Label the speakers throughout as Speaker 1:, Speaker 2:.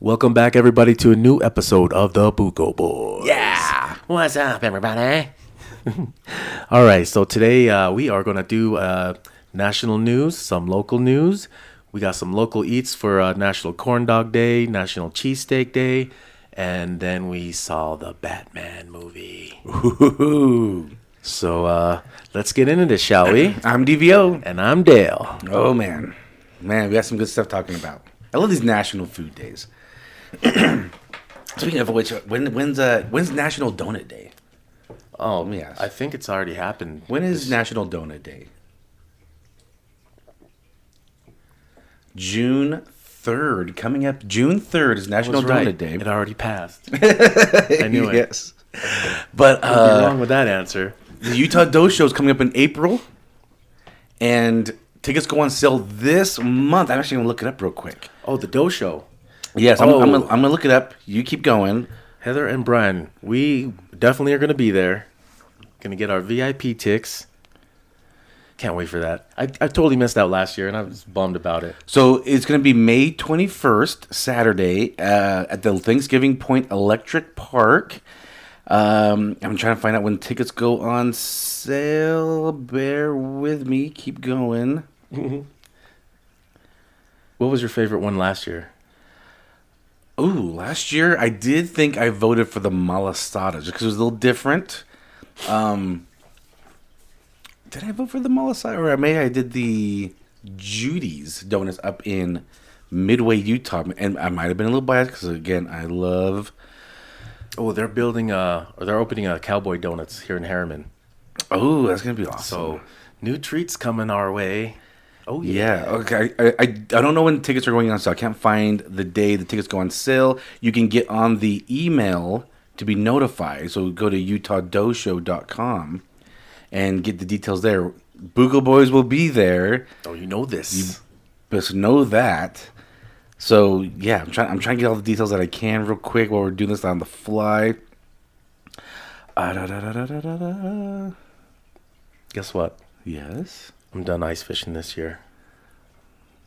Speaker 1: Welcome back, everybody, to a new episode of the Buko Boys.
Speaker 2: Yeah. What's up, everybody?
Speaker 1: All right, so today uh, we are going to do uh, national news, some local news. We got some local eats for uh, National Corn Dog Day, National Cheesesteak Day, and then we saw the Batman movie. So uh, let's get into this, shall we?
Speaker 2: I'm DVO.
Speaker 1: And I'm Dale.
Speaker 2: Oh man, man, we got some good stuff talking about. I love these national food days. Speaking of which, when when's uh when's National Donut Day?
Speaker 1: Oh,
Speaker 2: me ask.
Speaker 1: I think it's already happened.
Speaker 2: When is National Donut Day? June third, coming up. June third is
Speaker 1: I
Speaker 2: National
Speaker 1: was
Speaker 2: Donut
Speaker 1: right.
Speaker 2: Day.
Speaker 1: It already passed. I knew it.
Speaker 2: yes, but
Speaker 1: You're
Speaker 2: uh,
Speaker 1: wrong with that answer.
Speaker 2: the Utah Dough Show is coming up in April, and tickets go on sale this month. I'm actually gonna look it up real quick.
Speaker 1: Oh, the Doe Show.
Speaker 2: Yes, I'm, I'm,
Speaker 1: Oh.
Speaker 2: gonna, I'm gonna look it up. You keep going.
Speaker 1: Heather and Brian, we definitely are going to be there. Going to get our VIP ticks. Can't wait for that. I, I totally missed out last year, and I was bummed about it.
Speaker 2: So it's gonna be May 21st, Saturday, uh, at the Thanksgiving Point Electric Park. Um, I'm trying to find out when tickets go on sale. Bear with me. Keep going.
Speaker 1: What was your favorite one last year?
Speaker 2: Ooh, last year I did think I voted for the Malasada just because it was a little different. Um, did I vote for the Malasada or maybe I did the Judy's Donuts up in Midway, Utah, and I might have been a little biased because again I love.
Speaker 1: Oh, they're building a, or they're opening a Cowboy Donuts here in Harriman.
Speaker 2: Oh, that's gonna be awesome.
Speaker 1: So new treats coming our way. Oh
Speaker 2: Yeah. Okay. I, I I don't know when tickets are going on sale. I can't find the day the tickets go on sale. You can get on the email to be notified. So go to utahdoshow.com and get the details there. Boogle Boys will be there.
Speaker 1: Oh, you know this.
Speaker 2: Just know that. So yeah, I'm trying. I'm trying to get all the details that I can real quick while we're doing this on the fly. Ah, da, da, da, da, da, da, da.
Speaker 1: Guess what?
Speaker 2: Yes.
Speaker 1: I'm done ice fishing this year.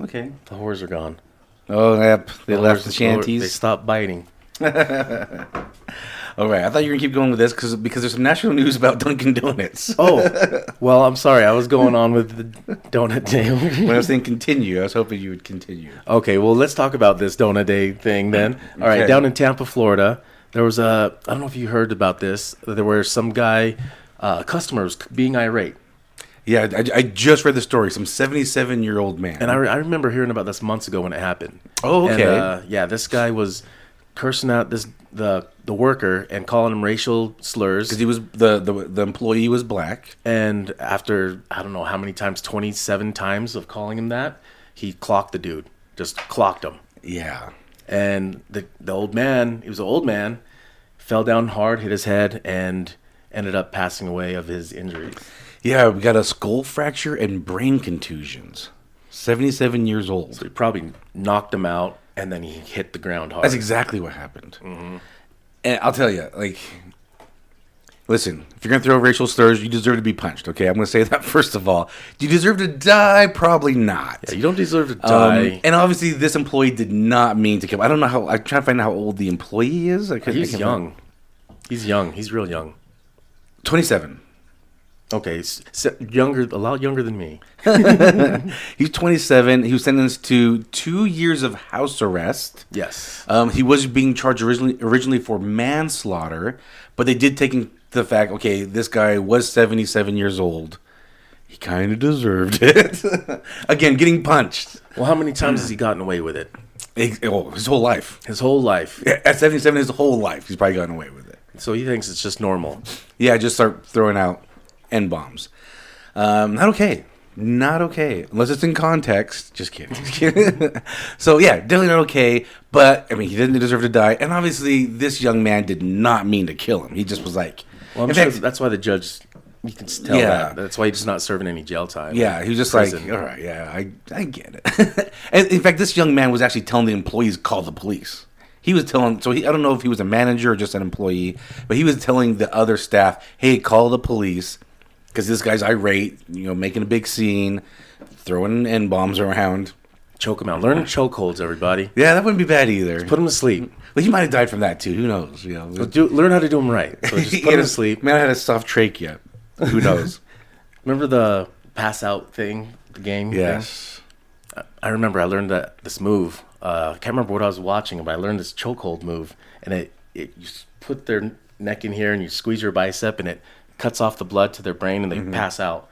Speaker 2: Okay.
Speaker 1: The whores are gone.
Speaker 2: Oh, yep. They left
Speaker 1: whores-
Speaker 2: the
Speaker 1: They
Speaker 2: shanties.
Speaker 1: stopped biting.
Speaker 2: All right, I thought you were gonna keep going with this because because there's some national news about Dunkin' Donuts.
Speaker 1: Oh, well, I'm sorry. I was going on with the donut day.
Speaker 2: when I was saying continue, I was hoping you would continue.
Speaker 1: Okay, well, let's talk about this donut day thing then. All right,
Speaker 2: Okay.
Speaker 1: down in Tampa, Florida, there was a I don't know if you heard about this. There were some guy uh, customers being irate,
Speaker 2: Yeah, I, I just read the story. Some 77 year old man.
Speaker 1: and I, re- I remember hearing about this months ago when it happened.
Speaker 2: Oh,
Speaker 1: And,
Speaker 2: okay.
Speaker 1: uh, yeah, this guy was cursing out this the the worker and calling him racial slurs.
Speaker 2: he was the, the the employee was black.
Speaker 1: And after I don't know how many times, twenty seven times of calling him that, he clocked the dude. Just clocked him.
Speaker 2: Yeah.
Speaker 1: and the the old man, he was an old man, fell down hard, hit his head, and ended up passing away of his injuries.
Speaker 2: Yeah, we got a skull fracture and brain contusions. 77 years old.
Speaker 1: So he probably knocked him out, and then he hit the ground hard.
Speaker 2: That's exactly what happened. And I'll tell you, like, listen, if you're gonna throw racial slurs, you deserve to be punched. Okay, I'm gonna say that first of all. Do you deserve to die? Probably not.
Speaker 1: you don't deserve to
Speaker 2: Um,
Speaker 1: die.
Speaker 2: and obviously, this employee did not mean to kill. I don't know how. I'm trying to find out how old the employee is. I could, I
Speaker 1: he's
Speaker 2: can't
Speaker 1: young.
Speaker 2: find-
Speaker 1: He's young. He's real young.
Speaker 2: 27.
Speaker 1: Okay, s s- younger, a lot younger than me.
Speaker 2: He's 27. He was sentenced to two years of house arrest.
Speaker 1: Yes.
Speaker 2: Um, he was being charged originally originally for manslaughter, but they did take into the fact. Okay, this guy was 77 years old. He kind of deserved it. Again, getting punched.
Speaker 1: Well, how many times has he gotten away with it?
Speaker 2: Ex- oh, his whole life.
Speaker 1: His whole life.
Speaker 2: At 77, his whole life, he's probably gotten away with it.
Speaker 1: So he thinks it's just normal.
Speaker 2: Yeah, just start throwing out n bombs. Um, not okay. Not okay. Unless it's in context. Just kidding. Just kidding. so yeah, definitely not okay. But I mean, he didn't deserve to die, and obviously, this young man did not mean to kill him. He just was like,
Speaker 1: Well, I'm
Speaker 2: in
Speaker 1: sure
Speaker 2: fact,
Speaker 1: that's why the judge. You can tell
Speaker 2: Yeah.
Speaker 1: that. That's why he's not serving any jail time.
Speaker 2: yeah, he was just
Speaker 1: Prison.
Speaker 2: like, all right, yeah, I, I get it. and in fact, this young man was actually telling the employees call the police. He was telling, so he, I don't know if he was a manager or just an employee, but he was telling the other staff, hey, call the police. because this guy's irate, you know, making a big scene, throwing n bombs around.
Speaker 1: Choke him out. Learn chokeholds, everybody.
Speaker 2: Yeah, that wouldn't be bad either.
Speaker 1: Put him to sleep.
Speaker 2: But he might have died from that too. Who knows? You know,
Speaker 1: Do, learn how to do them right. So just put him to sleep.
Speaker 2: Man, I had a soft trachea. Who knows?
Speaker 1: Remember the pass out thing, the game? thing?
Speaker 2: yes.
Speaker 1: I remember I learned that this move. Uh, I can't remember what I was watching, but I learned this chokehold move, and it, it you s- put their neck in here and you squeeze your bicep, and it cuts off the blood to their brain, and they pass out.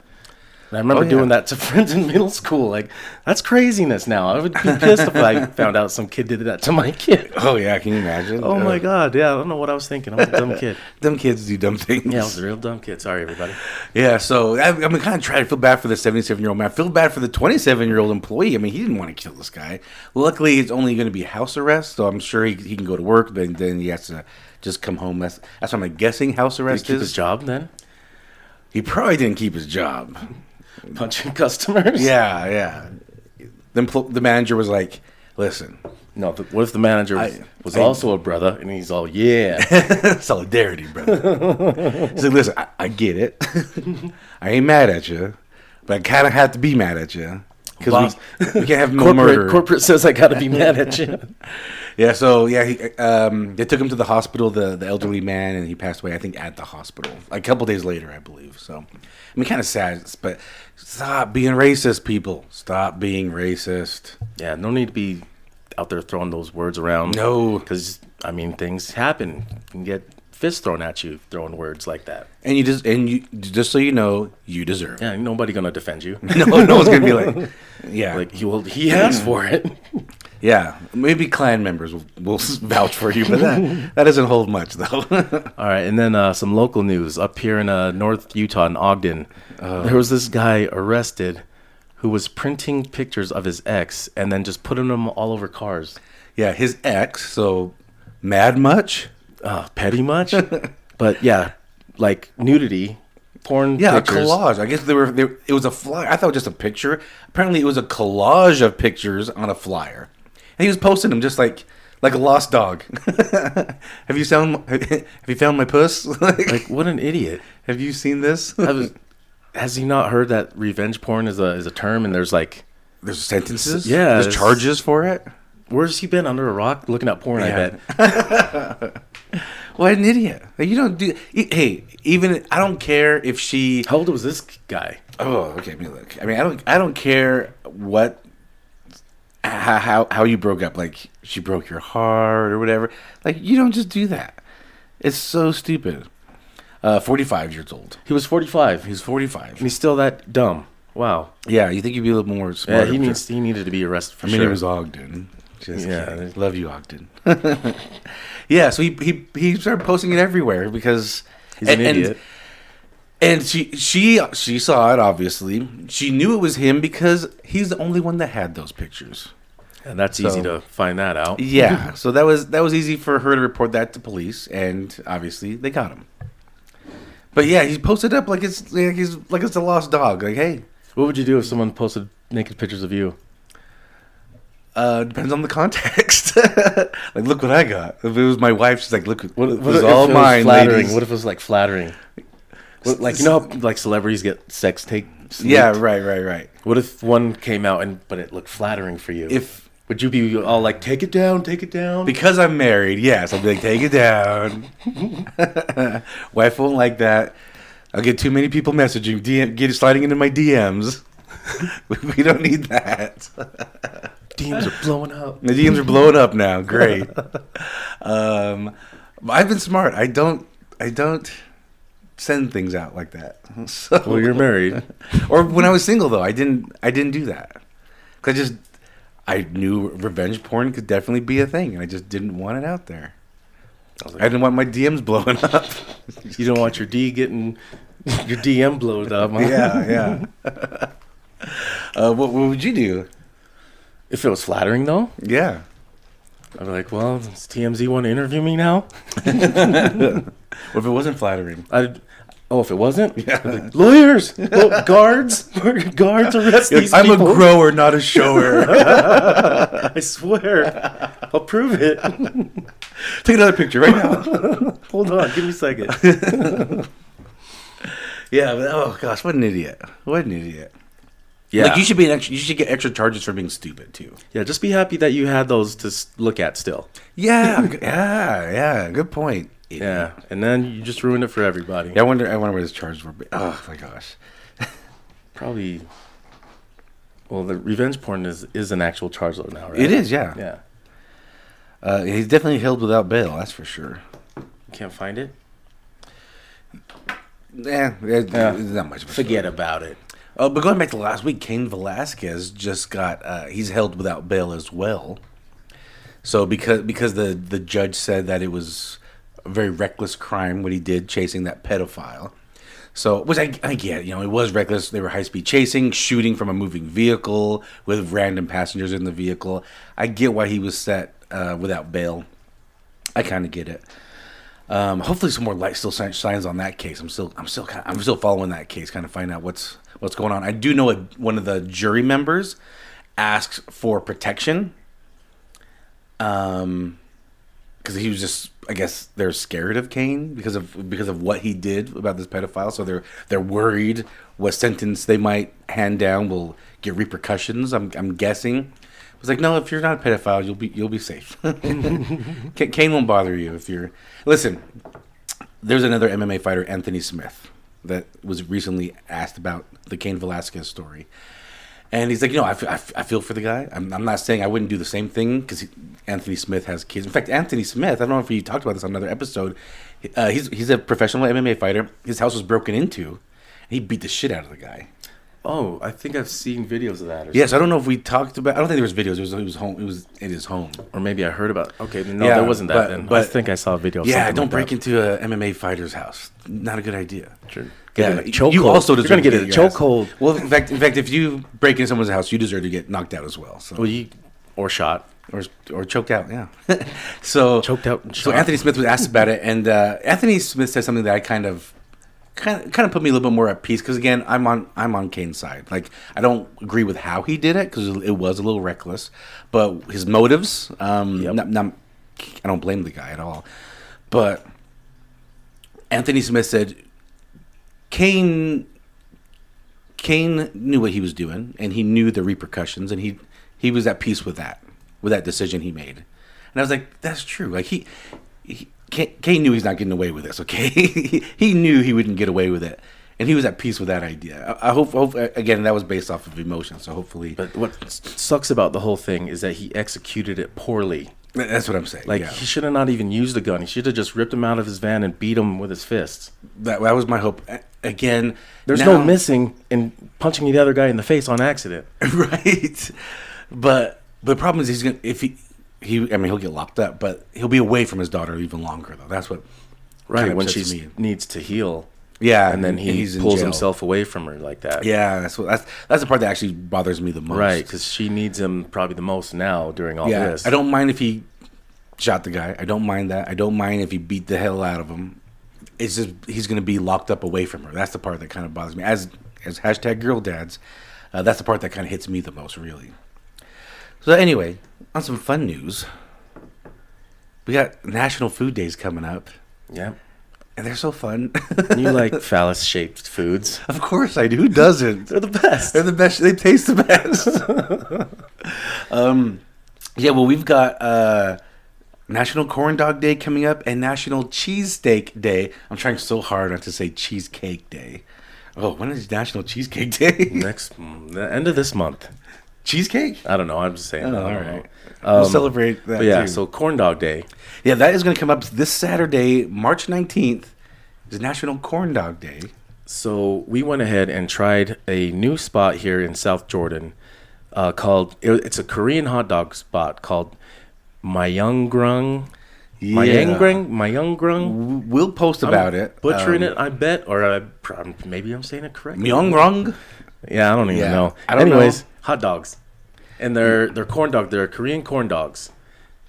Speaker 1: And I remember
Speaker 2: yeah.
Speaker 1: doing that to friends in middle school. Like that's craziness. Now I would be pissed if I found out some kid did that to my kid.
Speaker 2: Oh yeah, can you imagine?
Speaker 1: Oh my
Speaker 2: Uh,
Speaker 1: god! Yeah, I don't know what I was thinking. I was a dumb kid.
Speaker 2: Dumb kids do dumb things.
Speaker 1: Yeah, I was a real dumb kid. Sorry, everybody.
Speaker 2: Yeah, so I, I'm kind of trying to feel bad for the 77 year old man. I feel bad for the 27 year old employee. I mean, he didn't want to kill this guy. Luckily, it's only going to be house arrest, so I'm sure he, he can go to work, but then he has to just come home. That's that's what I'm guessing house
Speaker 1: Did
Speaker 2: arrest
Speaker 1: he keep
Speaker 2: is.
Speaker 1: his job then?
Speaker 2: He probably didn't keep his job.
Speaker 1: Punching customers.
Speaker 2: Yeah, yeah. The, empl- the manager was like, "Listen,
Speaker 1: No. The, what if the manager was,
Speaker 2: I-
Speaker 1: was
Speaker 2: I-
Speaker 1: also a brother, and he's all yeah.
Speaker 2: solidarity, brother." He's like, "Listen, I, I get it. I ain't mad at you, but I kind of have to be mad at you because
Speaker 1: Boss-
Speaker 2: we, we can't have no murder."
Speaker 1: corporate, corporate says I gotta be mad at you.
Speaker 2: Yeah, so yeah, he, um, they took him to the hospital, the, the elderly man, and he passed away, I think, at the hospital. A couple days later, I believe. So, I mean, kind of sad, but stop being racist, people. Stop being racist.
Speaker 1: Yeah, no need to be out there throwing those words around.
Speaker 2: No.
Speaker 1: because I mean things happen. You can get fists thrown at you throwing words like that.
Speaker 2: And you just, and you, just so you know, you deserve it.
Speaker 1: Yeah, ain't nobody gonna defend you.
Speaker 2: No, no one's going to be like, yeah.
Speaker 1: like he will, he asked for it.
Speaker 2: yeah. Maybe clan members will, will vouch for you, but that, that doesn't hold much, though.
Speaker 1: All right, and then uh, some local news up here in uh, North Utah in Ogden.
Speaker 2: Uh.
Speaker 1: there was this guy arrested who was printing pictures of his ex and then just putting them all over cars.
Speaker 2: yeah, his ex, so mad much?
Speaker 1: uh, petty much, but yeah, like nudity, porn.
Speaker 2: Yeah,
Speaker 1: pictures.
Speaker 2: a collage. I guess they were. They, it was a flyer. I thought it was just a picture. Apparently, it was a collage of pictures on a flyer, and he was posting them just like like a lost dog. have you found Have you found my puss? like,
Speaker 1: Like what an idiot!
Speaker 2: have you seen this?
Speaker 1: I was, has he not heard that revenge porn is a is a term? And there's like,
Speaker 2: There's sentences.
Speaker 1: Yeah,
Speaker 2: There's
Speaker 1: it's-
Speaker 2: charges for it.
Speaker 1: where's he been under a rock looking at porn? I
Speaker 2: Yeah.
Speaker 1: bet.
Speaker 2: What an idiot! Like, you don't do. e- Hey, even I don't care if she.
Speaker 1: How old was this guy?
Speaker 2: Oh, okay. Let me look. I mean, I don't. I don't care what. How, how how you broke up? Like she broke your heart or whatever. Like you don't just do that. It's so stupid. Uh, forty five years old.
Speaker 1: He was 45. He's
Speaker 2: He's forty five.
Speaker 1: and he's still that dumb. Wow.
Speaker 2: Yeah, you think you'd be a little more smart?
Speaker 1: Yeah, he needs he needed to be arrested for
Speaker 2: I mean,
Speaker 1: sure.
Speaker 2: it was Ogden. Just
Speaker 1: Yeah.
Speaker 2: kidding. love you, Ogden. yeah, so he he he started posting it everywhere because
Speaker 1: He's an
Speaker 2: and- and-
Speaker 1: idiot.
Speaker 2: And she she she saw it obviously. She knew it was him because he's the only one that had those pictures.
Speaker 1: And that's easy to
Speaker 2: so-
Speaker 1: find that out.
Speaker 2: Yeah, so that was that was easy for her to report that to police and obviously they got him. But yeah, he posted up like it's like he's like it's a lost dog. Like, hey,
Speaker 1: What would you do if someone posted naked pictures of you?
Speaker 2: uh depends on the context. like look what I got. If it was my wife, she's like, look
Speaker 1: What
Speaker 2: what, this is
Speaker 1: if
Speaker 2: all
Speaker 1: it was
Speaker 2: mine,
Speaker 1: flattering?
Speaker 2: ladies.
Speaker 1: What if it was like flattering? What, like you know, how, like celebrities get sex tape.
Speaker 2: yeah,
Speaker 1: leaked?
Speaker 2: right, right, right.
Speaker 1: What if one came out and but it looked flattering for you?
Speaker 2: If-
Speaker 1: would you be all like, take it down, take it down?
Speaker 2: Because I'm married, yes. I'll be like, take it down. Wife won't like that. I'll get too many people messaging, DM, get sliding into my DMs. we we don't need that.
Speaker 1: DMs are blowing up.
Speaker 2: The DMs are blowing up now. Great. Um, but I've been smart. I don't. I don't send things out like that. So,
Speaker 1: Well, you're married.
Speaker 2: or when I was single though, I didn't. I didn't do that. 'Cause I just. I knew revenge porn could definitely be a thing, and I just didn't want it out there.
Speaker 1: I was
Speaker 2: I
Speaker 1: like,
Speaker 2: didn't want my DMs blowing up.
Speaker 1: you don't want your D getting your DM blowed up. huh?
Speaker 2: yeah, yeah. uh, what, what would you do?
Speaker 1: If it was flattering though,
Speaker 2: Yeah.
Speaker 1: I'd be like, well, does TMZ want to interview me now?
Speaker 2: What if it wasn't flattering?
Speaker 1: I'd. Oh, if it wasn't, yeah. like, lawyers, Well, guards, guards, arrest
Speaker 2: You're
Speaker 1: these
Speaker 2: like, I'm
Speaker 1: people.
Speaker 2: a grower, not a shower.
Speaker 1: I swear. I'll prove it.
Speaker 2: Take another picture right now.
Speaker 1: Hold on, give me a second.
Speaker 2: yeah, but oh gosh, what an idiot. What an idiot.
Speaker 1: Yeah.
Speaker 2: Like you should be an extra, you should get extra charges for being stupid too.
Speaker 1: Yeah, just be happy that you had those to s- look at still.
Speaker 2: Yeah, g- yeah, yeah. Good point.
Speaker 1: Yeah, and then you just ruined it for everybody.
Speaker 2: Yeah, I wonder. I wonder what his charges were. but- Oh my gosh.
Speaker 1: Probably. Well, the revenge porn is is an actual charge though now, right?
Speaker 2: It is. Yeah.
Speaker 1: Yeah.
Speaker 2: Uh, he's definitely held without bail. That's for sure.
Speaker 1: You can't find it.
Speaker 2: Yeah. There's there's not much. Of a story.
Speaker 1: about it.
Speaker 2: Uh, but going back to last week, Kane Velasquez just got uh, he's held without bail as well. So because because the the judge said that it was a very reckless crime what he did chasing that pedophile. So which I, I get, you know, it was reckless. They were high speed chasing, shooting from a moving vehicle with random passengers in the vehicle. I get why he was set uh, without bail. I kind of get it. Um, hopefully, some more light still shine- shines on that case. I'm still, I'm still, kind I'm still following that case, kind of find out what's what's going on. I do know a, one of the jury members asked for protection, um, because he was just, I guess, they're scared of Kane because of because of what he did about this pedophile. So they're they're worried what sentence they might hand down will get repercussions. I'm I'm guessing. I was like, no, if you're not a pedophile, you'll be you'll be safe. K- Kane won't bother you if you're. Listen, there's another MMA fighter, Anthony Smith, that was recently asked about the Kane Velasquez story. And he's like, you know, I f- I f- I feel for the guy. I'm, I'm not saying I wouldn't do the same thing because Anthony Smith has kids. In fact, Anthony Smith, I don't know if he talked about this on another episode. he- Uh, he's he's a professional MMA fighter. His house was broken into, and he beat the shit out of the guy.
Speaker 1: Oh, I think I've seen videos of that. Or
Speaker 2: Yes, I don't know if we talked about. I don't think there was videos. It was it was home. It was in his home.
Speaker 1: Or maybe I heard about. Okay, no,
Speaker 2: Yeah,
Speaker 1: there wasn't that.
Speaker 2: but-
Speaker 1: then. I
Speaker 2: but-
Speaker 1: think I saw a video. Of
Speaker 2: Yeah,
Speaker 1: something
Speaker 2: don't
Speaker 1: like
Speaker 2: break
Speaker 1: that.
Speaker 2: into a MMA fighter's house. Not a good idea.
Speaker 1: Sure.
Speaker 2: Yeah,
Speaker 1: Get in a
Speaker 2: you- you
Speaker 1: chokehold.
Speaker 2: also
Speaker 1: You're
Speaker 2: deserve
Speaker 1: gonna get
Speaker 2: to
Speaker 1: a
Speaker 2: your ass-
Speaker 1: chokehold.
Speaker 2: Well, in fact, in fact, if you break into someone's house, you deserve to get knocked out as well. So
Speaker 1: Well, you or shot.
Speaker 2: or or choked out, yeah. so
Speaker 1: Choked out and
Speaker 2: So
Speaker 1: shot.
Speaker 2: Anthony Smith was asked about it, and uh, Anthony Smith said something that I kind of. Kind of, kind of put me a little bit more at peace because again I'm on I'm on Kane's side like I don't agree with how he did it because it was a little reckless but his motives um
Speaker 1: Yep.
Speaker 2: not- not- I don't blame the guy at all but Anthony Smith said Kane Kane knew what he was doing and he knew the repercussions and he he was at peace with that with that decision he made. And I was like, that's true. Like he, he Kane, Kane knew he's not getting away with this. Okay, he, he knew he wouldn't get away with it, and he was at peace with that idea. I, I hope, hope again that was based off of emotion. So hopefully,
Speaker 1: But what s- sucks about the whole thing is that he executed it poorly.
Speaker 2: that's what I'm saying.
Speaker 1: Like
Speaker 2: yeah.
Speaker 1: he should have not even used a gun. He should have just ripped him out of his van and beat him with his fists.
Speaker 2: that, that was my hope. A- Again,
Speaker 1: There's no
Speaker 2: now-
Speaker 1: missing and punching the other guy in the face on accident.
Speaker 2: right? But the problem is he's gonna if he he I mean he'll get locked up, but he'll be away from his daughter even longer though. That's what
Speaker 1: Right
Speaker 2: kinda
Speaker 1: when
Speaker 2: upsets
Speaker 1: she needs to heal,
Speaker 2: yeah,
Speaker 1: and then he
Speaker 2: in
Speaker 1: pulls
Speaker 2: jail.
Speaker 1: himself away from her like that.
Speaker 2: Yeah, that's what that's that's the part that actually bothers me the most.
Speaker 1: Right, because she needs him probably the most now during all
Speaker 2: Yeah,
Speaker 1: this.
Speaker 2: I don't mind if he shot the guy. I don't mind that. I don't mind if he beat the hell out of him. It's just he's gonna be locked up away from her. That's the part that kind of bothers me. As as hashtag girl dads, uh, that's the part that kind of hits me the most, really. So anyway, on some fun news, we got National Food Days coming up,
Speaker 1: Yeah,
Speaker 2: and they're so fun.
Speaker 1: And you like phallus-shaped foods?
Speaker 2: of course I do. Who doesn't?
Speaker 1: They're the best.
Speaker 2: They're the best. They taste the best. um, yeah. Well, we've got uh, National Corn Dog Day coming up and National Cheesesteak Day. I'm trying so hard not to say Cheesecake Day. Oh, when is National Cheesecake Day?
Speaker 1: Next, mm, the end of this month.
Speaker 2: Cheesecake.
Speaker 1: I don't know. I'm just saying.
Speaker 2: Oh,
Speaker 1: I don't
Speaker 2: all
Speaker 1: know.
Speaker 2: right.
Speaker 1: Um,
Speaker 2: we'll celebrate that.
Speaker 1: But yeah,
Speaker 2: too.
Speaker 1: so corn dog day.
Speaker 2: yeah, that is going to come up this Saturday, March 19th. Is National Corn Dog Day.
Speaker 1: So we went ahead and tried a new spot here in South Jordan, uh, called it- it's a Korean hot dog spot called Myeonggrung. Myeonggrung. Myeonggrung.
Speaker 2: W- We'll post about
Speaker 1: I'm
Speaker 2: it. Um,
Speaker 1: Butchering it, I bet, or I, prob- maybe I'm saying it
Speaker 2: Uh,
Speaker 1: correctly.
Speaker 2: Myeongrong.
Speaker 1: Yeah, I don't even
Speaker 2: Yeah.
Speaker 1: know.
Speaker 2: I don't
Speaker 1: Anyways,
Speaker 2: know.
Speaker 1: hot dogs, and they're they're corn dog. They're Korean corn dogs,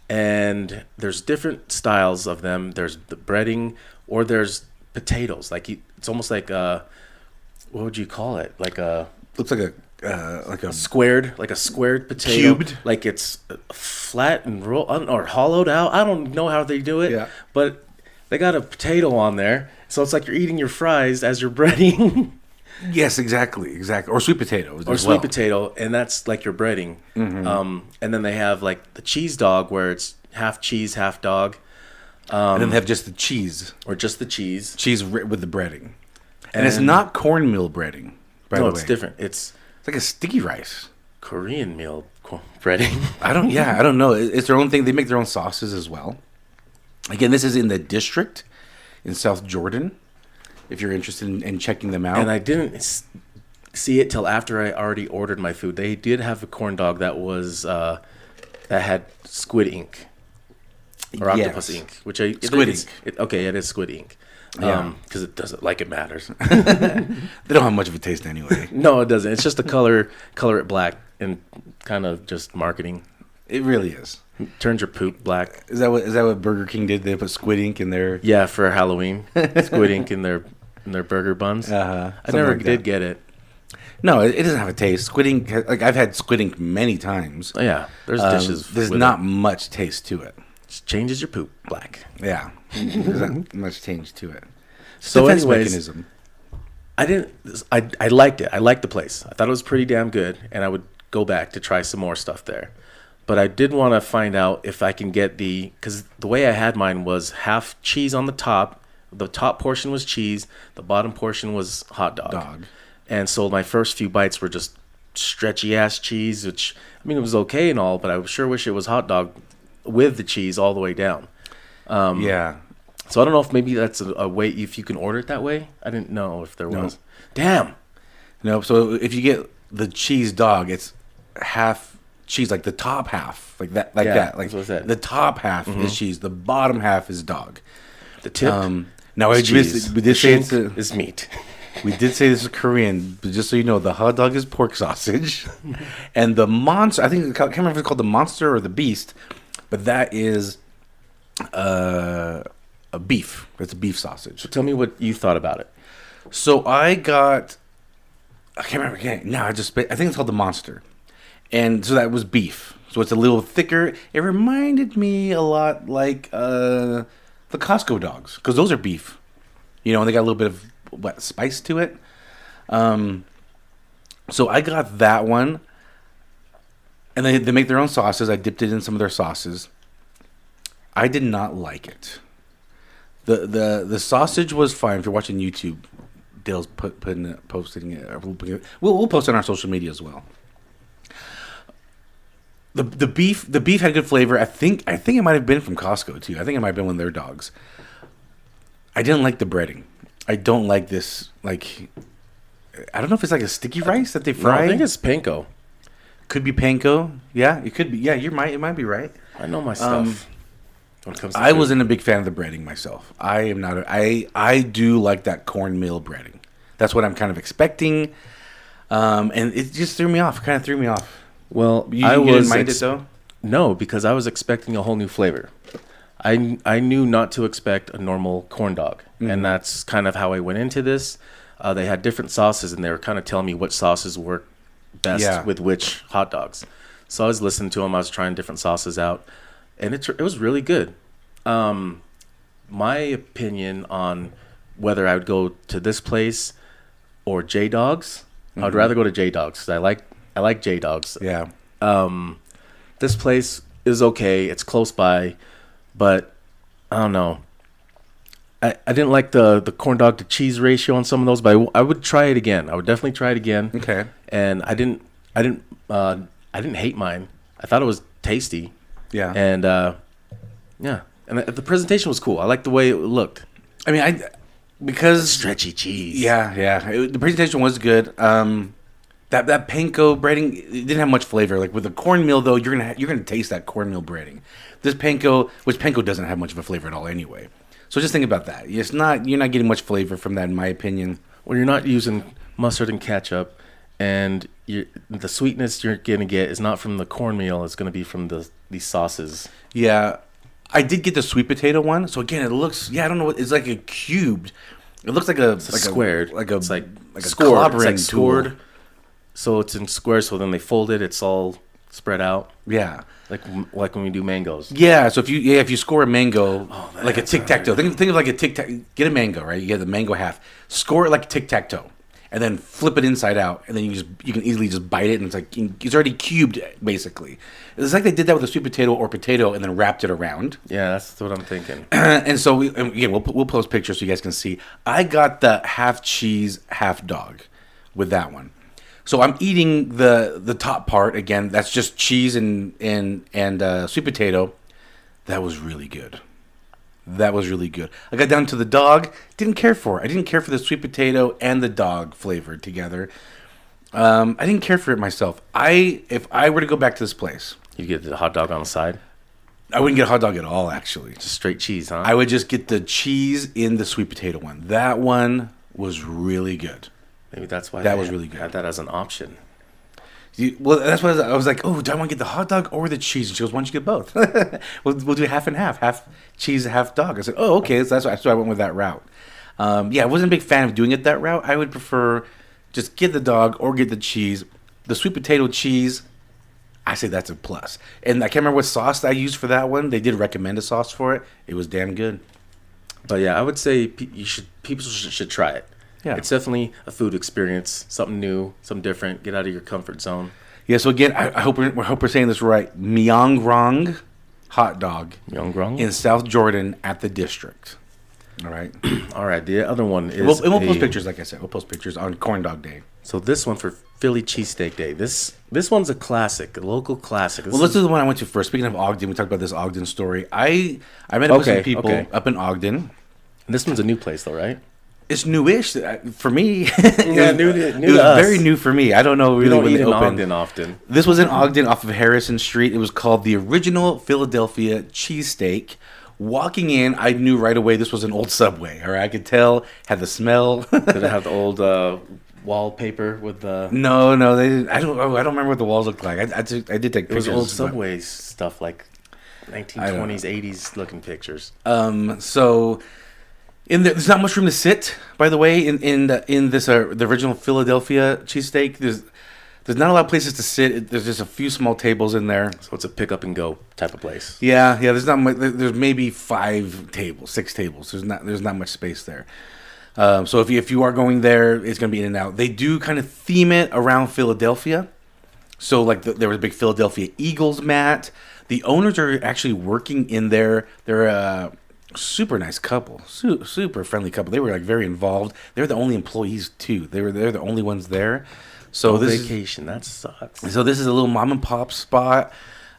Speaker 1: and there's different styles of them. There's the breading, or there's potatoes. Like you, it's almost like a what would you call it? Like a
Speaker 2: Looks like a uh, like a
Speaker 1: squared, like a squared potato,
Speaker 2: Cubed?
Speaker 1: Like it's flat and roll or hollowed out. I don't know how they do it,
Speaker 2: Yeah.
Speaker 1: but they got a potato on there, so it's like you're eating your fries as you're breading.
Speaker 2: Yes, exactly, exactly. Or sweet potatoes
Speaker 1: or
Speaker 2: as
Speaker 1: sweet
Speaker 2: well. Mm-hmm.
Speaker 1: potato, and that's like your breading. Um, and then they have like the cheese dog, where it's half cheese, half dog,
Speaker 2: and then they have
Speaker 1: Um,
Speaker 2: just the cheese,
Speaker 1: or just the cheese.
Speaker 2: cheese ri- with the breading, and, it's not cornmeal breading. By
Speaker 1: No,
Speaker 2: the
Speaker 1: it's
Speaker 2: way.
Speaker 1: different. It's
Speaker 2: It's like a sticky rice.
Speaker 1: Korean meal co- breading.
Speaker 2: I don't. Yeah, I don't know. It- It's their own thing. They make their own sauces as well. Again, this is in the district in South Jordan. If you're interested in, in checking them out,
Speaker 1: and I didn't s- see it till after I already ordered my food. They did have a corn dog that was uh, that had squid ink or
Speaker 2: Yes.
Speaker 1: octopus ink, which I
Speaker 2: Squid
Speaker 1: it is,
Speaker 2: ink.
Speaker 1: It, okay, it is squid ink.
Speaker 2: Yeah.
Speaker 1: Um 'cause because it doesn't like it matters.
Speaker 2: they don't have much of a taste anyway.
Speaker 1: no, it doesn't. It's just the color, color it black, and kind of just marketing.
Speaker 2: it really is.
Speaker 1: Turns your poop black.
Speaker 2: Is that what is that what Burger King did? They put squid ink in there.
Speaker 1: Yeah, for Halloween, squid ink in their in their burger buns.
Speaker 2: Uh-huh.
Speaker 1: I
Speaker 2: Something
Speaker 1: never
Speaker 2: like
Speaker 1: did
Speaker 2: that.
Speaker 1: get it.
Speaker 2: No, it, it doesn't have a taste. Squid ink, ha- like I've had squid ink many times.
Speaker 1: Oh, yeah, there's
Speaker 2: Um,
Speaker 1: dishes.
Speaker 2: there's
Speaker 1: with
Speaker 2: not much taste to it.
Speaker 1: it. changes your poop black.
Speaker 2: Yeah, there's not much change to it.
Speaker 1: So,
Speaker 2: Defense
Speaker 1: anyways,
Speaker 2: mechanism.
Speaker 1: I didn't. I I liked it. I liked the place. I thought it was pretty damn good, and I would go back to try some more stuff there. But I did want to find out if I can get the because the way I had mine was half cheese on the top. The top portion was cheese. The bottom portion was hot dog.
Speaker 2: Dog.
Speaker 1: And so my first few bites were just stretchy ass cheese, which I mean it was okay and all, but I sure wish it was hot dog with the cheese all the way down.
Speaker 2: yeah,
Speaker 1: So I don't know if maybe that's a, a way if you can order it that way. I didn't know if there was. Damn.
Speaker 2: No, so if you get the cheese dog, it's half cheese, like the top half, like that, like
Speaker 1: Yeah,
Speaker 2: that, like
Speaker 1: that's what I said.
Speaker 2: the top half is cheese, the bottom half is dog.
Speaker 1: The tip.
Speaker 2: Um, now I
Speaker 1: It's
Speaker 2: just,
Speaker 1: cheese.
Speaker 2: we did say it's
Speaker 1: Shink
Speaker 2: a,
Speaker 1: is meat.
Speaker 2: we did say this is Korean, but just so you know, the hot dog is pork sausage, and the monster. I think I can't remember if it's called the monster or the beast, but that is uh, a beef. It's a beef sausage.
Speaker 1: Tell me what you thought about it.
Speaker 2: So I got, I can't remember. Again. No, I just, I think it's called the Monster, and so that was beef. So it's a little thicker. It reminded me a lot like uh, the Costco dogs because those are beef, you know, and they got a little bit of what spice to it. Um, so I got that one, and they they make their own sauces. I dipped it in some of their sauces. I did not like it. The the the sausage was fine. If you're watching YouTube, Dale's put putting it, posting it. or We'll, put it- we'll we'll post it on our social media as well. The, the beef the beef had good flavor. I think I think it might have been from Costco too. I think it might have been one of their dogs. I didn't like the breading. I don't like this like I don't know if it's like a sticky rice that they
Speaker 1: No,
Speaker 2: fry.
Speaker 1: I think it's panko.
Speaker 2: Could be panko. Yeah, it could be. Yeah, you might. It might be right.
Speaker 1: I know my stuff.
Speaker 2: Um,
Speaker 1: when it comes to
Speaker 2: I
Speaker 1: food.
Speaker 2: wasn't a big fan of the breading myself. I am not. A, I I do like that cornmeal breading. That's what I'm kind of expecting. Um, and it just threw me off. Kind of threw me off.
Speaker 1: Well,
Speaker 2: You,
Speaker 1: I
Speaker 2: you
Speaker 1: was
Speaker 2: didn't mind
Speaker 1: ex-
Speaker 2: it though.
Speaker 1: No, because I was expecting a whole new flavor. I I knew not to expect a normal corn dog, and that's kind of how I went into this. Uh, they had different sauces, and they were kind of telling me which sauces work best
Speaker 2: Yeah.
Speaker 1: with which hot dogs. So I was listening to them. I was trying different sauces out, and it it was really good. Um, my opinion on whether I would go to this place or J Dogs, I would rather go to J Dogs. I like I like J Dogs
Speaker 2: Yeah.
Speaker 1: this place is okay. It's close by, but I don't know. I, I didn't like the the corn dog to cheese ratio on some of those, but I, w- I would try it again. I would definitely try it again.
Speaker 2: Okay.
Speaker 1: And I didn't I didn't uh, I didn't hate mine. I thought it was tasty.
Speaker 2: Yeah.
Speaker 1: And uh, yeah, and the, the presentation was cool. I liked the way it looked.
Speaker 2: I mean, I because
Speaker 1: Stretchy cheese.
Speaker 2: yeah, yeah. It- the presentation was good. Um, that that panko breading it didn't have much flavor. Like with the cornmeal though, you're gonna ha- you're gonna taste that cornmeal breading. This panko, which panko doesn't have much of a flavor at all anyway. So just think about that. It's not you're not getting much flavor from that, in my opinion.
Speaker 1: When you're not using mustard and ketchup, and you the sweetness you're gonna get is not from the cornmeal. It's gonna be from the these sauces.
Speaker 2: Yeah, I did get the sweet potato one. So again, it looks yeah, I don't know what it's like a cubed. It looks like a,
Speaker 1: It's
Speaker 2: like
Speaker 1: squared,
Speaker 2: a, like a
Speaker 1: it's like
Speaker 2: like a
Speaker 1: scored, it's
Speaker 2: clobbering
Speaker 1: like scored.
Speaker 2: tool.
Speaker 1: So it's in squares. So then they fold it. It's all spread out,
Speaker 2: Yeah,
Speaker 1: like like when we do mangoes.
Speaker 2: yeah. So if you yeah if you score a mango like a tic tac toe, think think of like a tic tac. Get a mango right. You get the mango half. Score it like a tic tac toe, and then flip it inside out, and then you just you can easily just bite it, and it's like it's already cubed basically. It's like they did that with a sweet potato or potato, and then wrapped it around.
Speaker 1: Yeah, that's what I'm thinking.
Speaker 2: and so we and again we'll we'll post pictures so you guys can see. I got the half cheese, half dog, with that one. So I'm eating the the top part again. That's just cheese and and and uh, sweet potato. That was really good. That was really good. I got down to the dog. Didn't care for it. I didn't care for the sweet potato and the dog flavored together. Um, I didn't care for it myself. I if I were to go back to this place,
Speaker 1: You get the hot dog on the side,
Speaker 2: I wouldn't get a hot dog at all. Actually,
Speaker 1: just straight cheese, huh?
Speaker 2: I would just get the cheese in the sweet potato one. That one was really good.
Speaker 1: Maybe that's why
Speaker 2: That
Speaker 1: they
Speaker 2: was really good.
Speaker 1: Had that as an option.
Speaker 2: You- well, that's why I was- I was like, oh, do I want to get the hot dog or the cheese? And she goes, why don't you get both? we'll, we'll do half and half, half cheese, half dog. I said, oh, okay. So that's why, so I went with that route. Um, yeah, I wasn't a big fan of doing it that route. I would prefer just get the dog or get the cheese. The sweet potato cheese, I say that's a plus. And I can't remember what sauce I used for that one. They did recommend a sauce for it. It was damn good.
Speaker 1: But yeah, I would say pe- you should people should, should try it.
Speaker 2: Yeah.
Speaker 1: it's definitely a food experience, something new, something different. Get out of your comfort zone.
Speaker 2: Yeah, so again, I, I hope we're, I hope we're saying this right. Myeongrong hot dog
Speaker 1: Myeongrong.
Speaker 2: in South Jordan at the district. All right.
Speaker 1: All right, the other one is
Speaker 2: We'll, and we'll post
Speaker 1: a-
Speaker 2: pictures, like I said. We'll post pictures on Corn Dog Day.
Speaker 1: So this one for Philly cheesesteak day. This this one's a classic, a local classic. This
Speaker 2: Well,
Speaker 1: is-
Speaker 2: let's do the one I went to first. Speaking of Ogden, we talked about this Ogden story. I I met up with
Speaker 1: Okay,
Speaker 2: some people
Speaker 1: okay.
Speaker 2: up in Ogden.
Speaker 1: this one's a new place though, right?
Speaker 2: It's newish uh, for me. It
Speaker 1: Yeah,
Speaker 2: was-
Speaker 1: new to- new
Speaker 2: it was
Speaker 1: to us.
Speaker 2: very new for me. I don't know really
Speaker 1: We don't
Speaker 2: when
Speaker 1: eat
Speaker 2: they
Speaker 1: in
Speaker 2: opened.
Speaker 1: Ogden often.
Speaker 2: This was in Ogden off of Harrison Street. It was called the original Philadelphia cheesesteak. Walking in, I knew right away this was an old subway. All right, I could tell, had the smell.
Speaker 1: Did it have the old uh, wallpaper with the?
Speaker 2: no, no, they didn't. I don't. Oh, I don't remember what the walls looked like. I, I, took, I did take
Speaker 1: It was
Speaker 2: pictures.
Speaker 1: old
Speaker 2: but-
Speaker 1: subway stuff like
Speaker 2: know.
Speaker 1: 1920s, 80s looking pictures.
Speaker 2: Um, so in there, there's not much room to sit. By the way, in in the, in this uh, the original Philadelphia cheesesteak, there's there's not a lot of places to sit. It- There's just a few small tables in there.
Speaker 1: So it's a pick up and go type of place.
Speaker 2: Yeah, yeah. There's not much. there- There's maybe five tables, six tables. There's not. There's not much space there. Um, so if you, if you are going there, it's gonna be in and out. They do kind of theme it around Philadelphia. So like the, there was a big Philadelphia Eagles mat. The owners are actually working in there. They're a super nice couple, su- super friendly couple. They were like very involved. They're the only employees too. They were they're the only ones there. So
Speaker 1: Oh,
Speaker 2: this is-
Speaker 1: vacation. That sucks.
Speaker 2: so this is a little mom and pop spot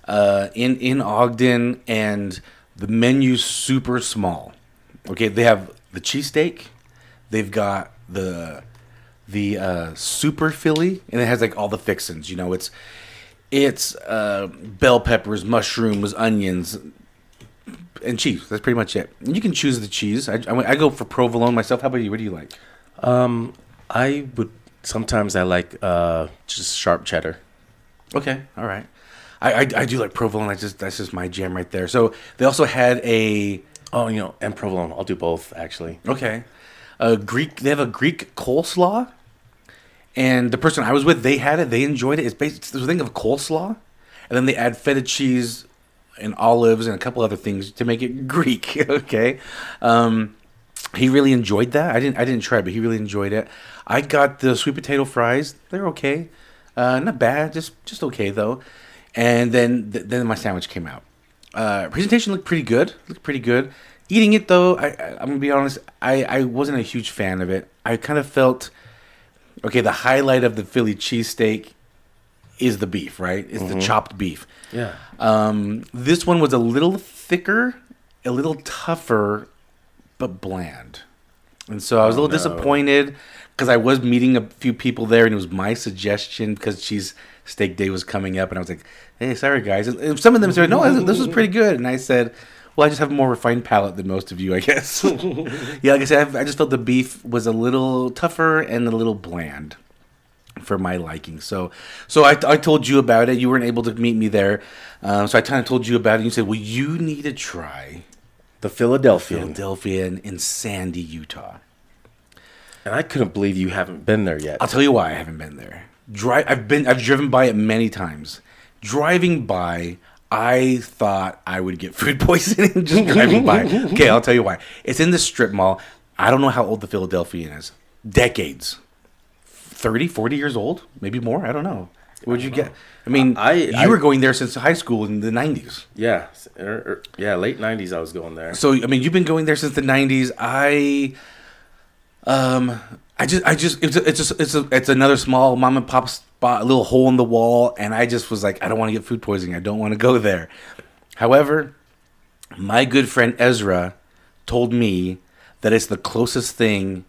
Speaker 2: uh, in in Ogden, and the menu's super small. Okay, they have the cheesesteak, they've got the the uh, super Philly, and it has like all the fixins. You know, it's it's uh, bell peppers, mushrooms, onions, and cheese. That's pretty much it. And you can choose the cheese. I, I, went- I go for provolone myself. How about you? What do you like?
Speaker 1: Um, I would sometimes I like uh just sharp cheddar.
Speaker 2: Okay, all right. I, I, I do like provolone. I just that's just my jam right there. So they also had a
Speaker 1: Oh, you know, and provolone. I'll do both actually.
Speaker 2: okay a Greek. They have a Greek coleslaw, and the person I was with, they had it. They enjoyed it. It's based. It's a thing of coleslaw, and then they add feta cheese and olives and a couple other things to make it Greek. okay. Um, he really enjoyed that. I didn't. I didn't try, it, but he really enjoyed it. I got the sweet potato fries. They're okay, uh, not bad. Just just okay though. And then th- then my sandwich came out. Uh, presentation looked pretty good. Looked pretty good. Eating it though, I, I, I'm gonna be honest. I, I wasn't a huge fan of it. I kind of felt okay. The highlight of the Philly cheesesteak is the beef, right? It's the chopped beef.
Speaker 1: Yeah.
Speaker 2: Um, this one was a little thicker, a little tougher, but bland. And so I was a little
Speaker 1: no.
Speaker 2: disappointed because I was meeting a few people there, and it was my suggestion because she's steak day was coming up, and I was like, "Hey, sorry guys." And- And some of them said, "No, this was pretty good," and I said, "Well, I just have a more refined palate than most of you, I guess." yeah, like I said, I I just felt the beef was a little tougher and a little bland for my liking. So, so I, I told you about it. You weren't able to meet me there, um, so I kind of told you about it. You said, "Well, you need to try
Speaker 1: The Philadelphian.
Speaker 2: Philadelphia in, in Sandy, Utah."
Speaker 1: And I couldn't believe you haven't been there yet.
Speaker 2: I'll tell you why I haven't been there. Drive. I've been. I've driven by it many times. Driving by, I thought I would get food poisoning just driving by. Okay, I'll tell you why. It's in the strip mall. I don't know how old the Philadelphian is. Decades. 30, 40 years old, maybe more. I don't know. Would you get? I mean,
Speaker 1: I-
Speaker 2: you
Speaker 1: I-
Speaker 2: were going there since high school in the nineties.
Speaker 1: Yeah, s- er, er, yeah, late '90s. I was going there.
Speaker 2: So I mean, you've been going there since the '90s. I, um, I just, I just, it's, a, it's just, it's, a, it's another small mom and pop spot, a little hole in the wall, and I just was like, I don't want to get food poisoning. I don't want to go there. However, my good friend Ezra told me that it's the closest thing